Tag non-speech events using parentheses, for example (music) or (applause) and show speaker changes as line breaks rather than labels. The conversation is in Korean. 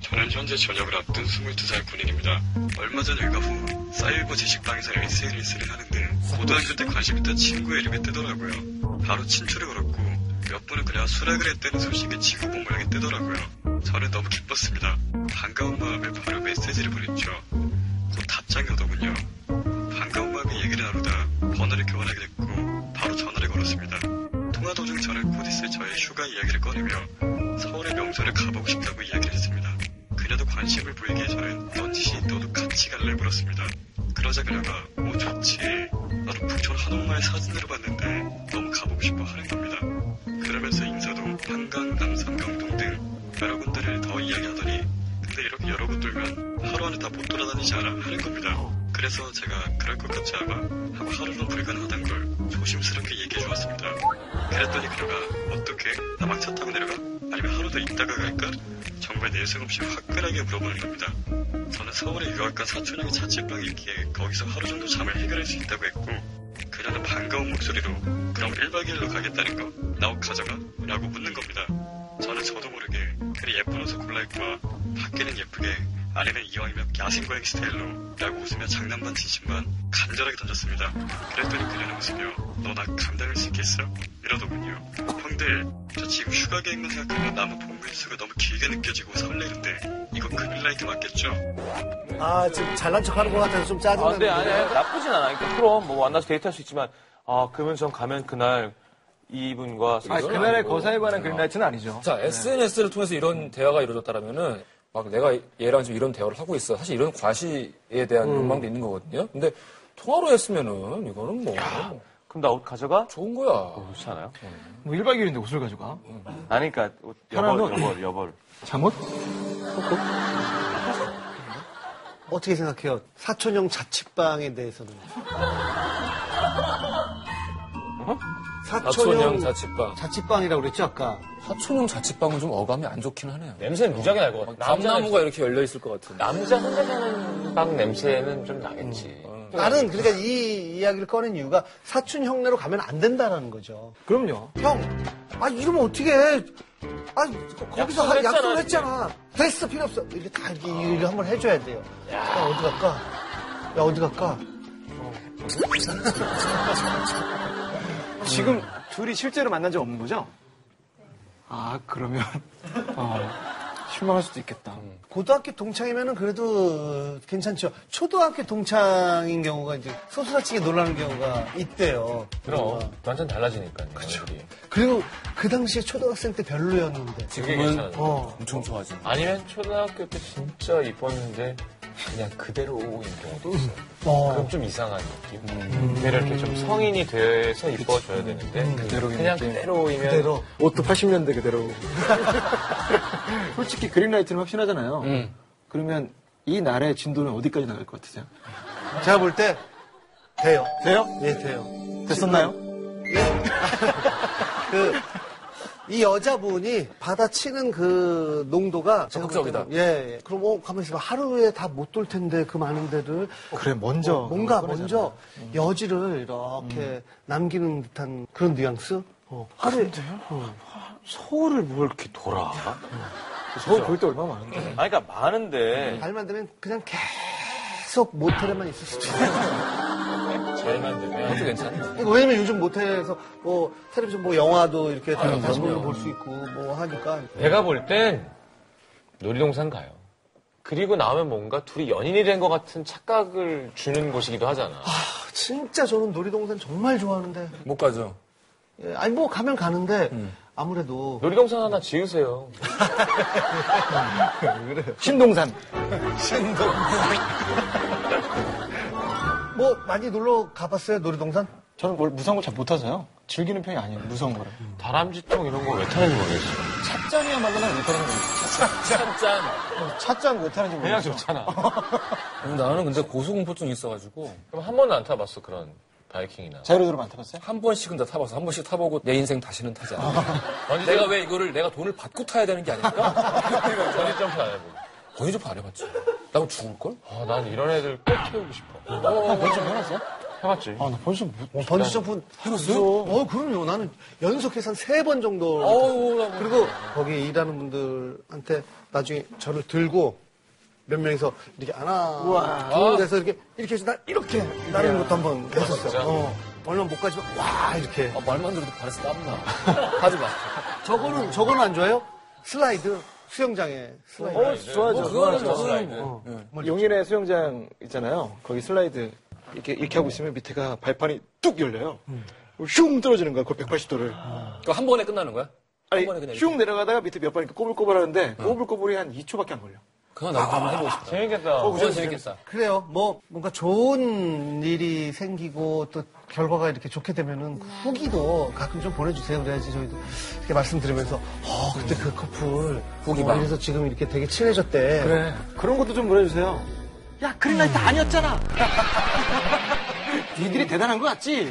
저는 현재 전역을 앞둔 22살 군인입니다. 얼마 전 일과 후 사이버 제식방에서 SNS를 하는데 고등학교 때 관심 있던 친구의 이름이 뜨더라고요. 바로 친추를 걸었고 몇 번은 그냥 수락을 했다는 소식이 지구본 모양이 뜨더라고요. 저는 너무 기뻤습니다. 반가운 마음에 바로 메시지를 보냈죠. 곧 답장이 오더군요. 반가운 마음에 얘기를 나누다 번호를 교환하게 됐고 바로 전화를 걸었습니다. 통화 도중 저는 곧 있을 저의 휴가 이야기를 꺼내며 서울의 명소를 가보고 싶다고 이야기를 했습니다. 그녀도 관심을 보이기에 저는 넌지시 너도 같이 갈래 물었습니다. 그러자 그녀가 오 좋지 나도 북촌 한옥마을 사진으로 봤는데 너무 가보고 싶어 하는 겁니다. 그러면서 인사도 한강, 남산, 경동 등 여러 군데를 더 이야기하더니 근데 이렇게 여러 곳 돌면 하루 안에 다 못 돌아다니지 않아 하는 겁니다. 그래서 제가 그럴 것 같지 않아 하고 하루는 불가능하단 걸 조심스럽게 얘기해 주었습니다. 그랬더니 그녀가 어떻게 나 막차 타고 내려가? 아니면 하루 더 있다가 갈까? 정말 내색 없이 화끈하게 물어보는 겁니다. 저는 서울에 유학 간 사촌형이 자취방이 있기에 거기서 하루 정도 잠을 해결할 수 있다고 했고 그녀는 반가운 목소리로 그럼 1박 2일로 가겠다는 거 나옷 가져가? 라고 묻는 겁니다. 저는 저도 모르게 그리 예쁜 옷을 골라 입고 와 밖에는 예쁘게 안에는 이왕이면 야생고양 스타일로 라고 웃으며 장난반 진심만 간절하게 던졌습니다. 그랬더니 그녀는 웃으며 너 나 감당할 수 있겠어? 이러더군요. 형들 저 지금 휴가 계획만 생각하면 나무 봉구 일수가 너무 길게 느껴지고 설레는데 이거 그릴라이트 맞겠죠?
아, 지금 잘난 척 하는 것 같아서 좀
아, 근데
짜증나는데.
아니, 아니, 나쁘진 않아. 그러니까 그럼 뭐 만나서 데이트할 수 있지만, 아, 그러면 전 가면 그날 이분과.
아,
사귀어요?
그날의 거사에 관한 그린라이트는 아니죠.
자, SNS를 통해서 이런 대화가 이루어졌다라면은 막 내가 얘랑 지금 이런 대화를 하고 있어. 사실 이런 과시에 대한 욕망도 있는 거거든요. 근데 통화로 했으면은 이거는 뭐
그럼 나 옷 가져가?
좋은 거야.
좋지 않아요? 네.
뭐 1박 2일인데 옷을 가져가?
아니, 그러니까, 옷,
편한
여벌,
뭐-
옷.
여벌, 여벌.
잠옷?
어떻게 생각해요? 사촌형 자취방에 대해서는.
사촌형
어?
사촌형
자취방.
자취방이라고 그랬죠, 아까?
사촌형 자취방은 좀 어감이 안 좋긴 하네요.
냄새 무지하게 날 것 같아.
감나무가 이렇게 열려 있을 것 같은.
어, 남자 혼자 사는 음, 어. 방 냄새는 좀 나겠지.
나는 그러니까 이 이야기를 꺼낸 이유가 사촌 형네로 가면 안 된다라는 거죠.
그럼요.
형, 아 이러면 어떻게 해? 아 거- 거기서
약속을
하-
했잖아,
약속을 했잖아. 됐어, 필요 없어. 이렇게 다 이렇게 일을 한번 해줘야 돼요. 야, 어디 갈까? 야 어디 갈까?
지금 둘이 실제로 만난 적 없는 거죠? 아, 그러면. 어, 실망할 수도 있겠다.
고등학교 동창이면은 그래도 괜찮죠. 초등학교 동창인 경우가 이제 소수자층에 놀라는 경우가 있대요.
그럼 완전 달라지니까. 그렇죠.
그리고 그 당시에 초등학생 때 별로였는데.
지금은
어.
엄청 좋아하지.
아니면 초등학교 때 진짜 이뻤는데 그냥 그대로 오고 있는 경우도 음. 있어. 음.
어.
그럼 좀 이상한 느낌. 내가 이렇게 좀 성인이 돼서 이뻐져야 되는데
그대로인
그냥
느낌.
그대로이면
그대로.
옷도 80년대 그대로. (laughs) 솔직히 그린라이트는 확신하잖아요. 그러면 이 날의 진도는 어디까지 나갈 것 같으세요?
제가 볼 때 돼요.
돼요?
예, 돼요.
됐었나요?
그, 이 여자분이 받아치는 그 농도가. 제가 볼 때는-
적극적이다.
예, 예. 그럼, 어, 가만히 있어봐. 하루에 다 못 돌 텐데, 그 많은 데를.
그래, 먼저.
어, 뭔가 먼저
음.
여지를 이렇게 남기는 듯한 그런 뉘앙스? 어, 하루에.
서울을 뭘 이렇게 돌아?
저거 볼때 얼마나
네.
많은데.
아니, 그러니까 많은데.
알만 되면 그냥 계속 모텔에만 있을 수도 있어요.
잘만 되면
아주 괜찮아.
이거 왜냐면 요즘 모텔에서 뭐 텔레비전 뭐 영화도 이렇게 다 다시 볼수 있고 뭐 하니까
내가 볼 땐 놀이동산 가요. 그리고 나오면 뭔가 둘이 연인이 된 것 같은 착각을 주는 곳이기도 하잖아.
아, 진짜 저는 놀이동산 정말 좋아하는데
못 가죠.
예, 아니 뭐 가면 가는데 아무래도
놀이동산 하나 지으세요.
신동산.
뭐 많이 놀러 가봤어요 놀이동산?
저는 원래 무서운 걸 잘 못하서요. 즐기는 편이 아니에요. 무서운 거를.
다람쥐통 이런 거 왜 타는지 모르겠어.
찻잔이야말로 난 못하는 거예요.
짠짠.
찻잔 못하는지
그냥 (laughs)
모르겠어요.
좋잖아.
음, 나는 근데 고소공포증 있어가지고
그럼 한 번도 안 타봤어 그런 바이킹이나.
자유로드로 안 타봤어요?
한 번씩은 다 타봐서 한 번씩 타보고 내 인생 다시는 타지 않아. 내가 왜 이거를 내가 돈을 받고 타야 되는 게 (laughs) 아닐까?
전지 점프 안 해보고.
번이 좀안 해봤지. 나면 죽을 걸?
아, 난 이런 애들 꼭 태우고 싶어.
어, 번지 해봤어?
해봤지.
아, 나 벌써 못.
어, 번지점프 해봤어요? 어, 그럼요. 나는 연속해서 한 세 번 정도. 그리고 거기 일하는 분들한테 나중에 저를 들고 몇 명이서 이렇게 하나, 둘 해서 이렇게, 이렇게 해서 나 이렇게 나르는 것도 한 번 했었어요. 어, 얼마 못 가지만 와, 이렇게.
아, 말만 들어도 발에서 땀나. (laughs) 하지 마.
어, 저거는, 저거는 안 좋아요? 슬라이드. 수영장에 슬라이드.
어, 좋아하죠. 예.
그거는 그거는 뭐.
용인의 수영장 있잖아요. 거기 슬라이드 이렇게 이렇게 하고 있으면 밑에가 발판이 뚝 열려요. 슝 떨어지는 거야. 그 180도를.
그거 한 번에 끝나는 거야?
아니,
번에 그냥
슝 내려가다가 밑에 몇 번 이렇게 꼬불꼬불 하는데 꼬불꼬불이 한 2초밖에 안 걸려.
그거 나도 한번 해보고 싶다.
재밌겠다.
그건 재밌겠다.
그래요. 뭐 뭔가 좋은 일이 생기고 또 결과가 이렇게 좋게 되면은 그 후기도 가끔 좀 보내주세요. 그래야지 저희도 이렇게 말씀드리면서 어 그때 그 커플 후기 어, 이래서 지금 이렇게 되게 친해졌대.
그래. 네. 그런 것도 좀 보내주세요. 야, (laughs) 그린라이트 아니었잖아. 니들이 대단한 거 같지?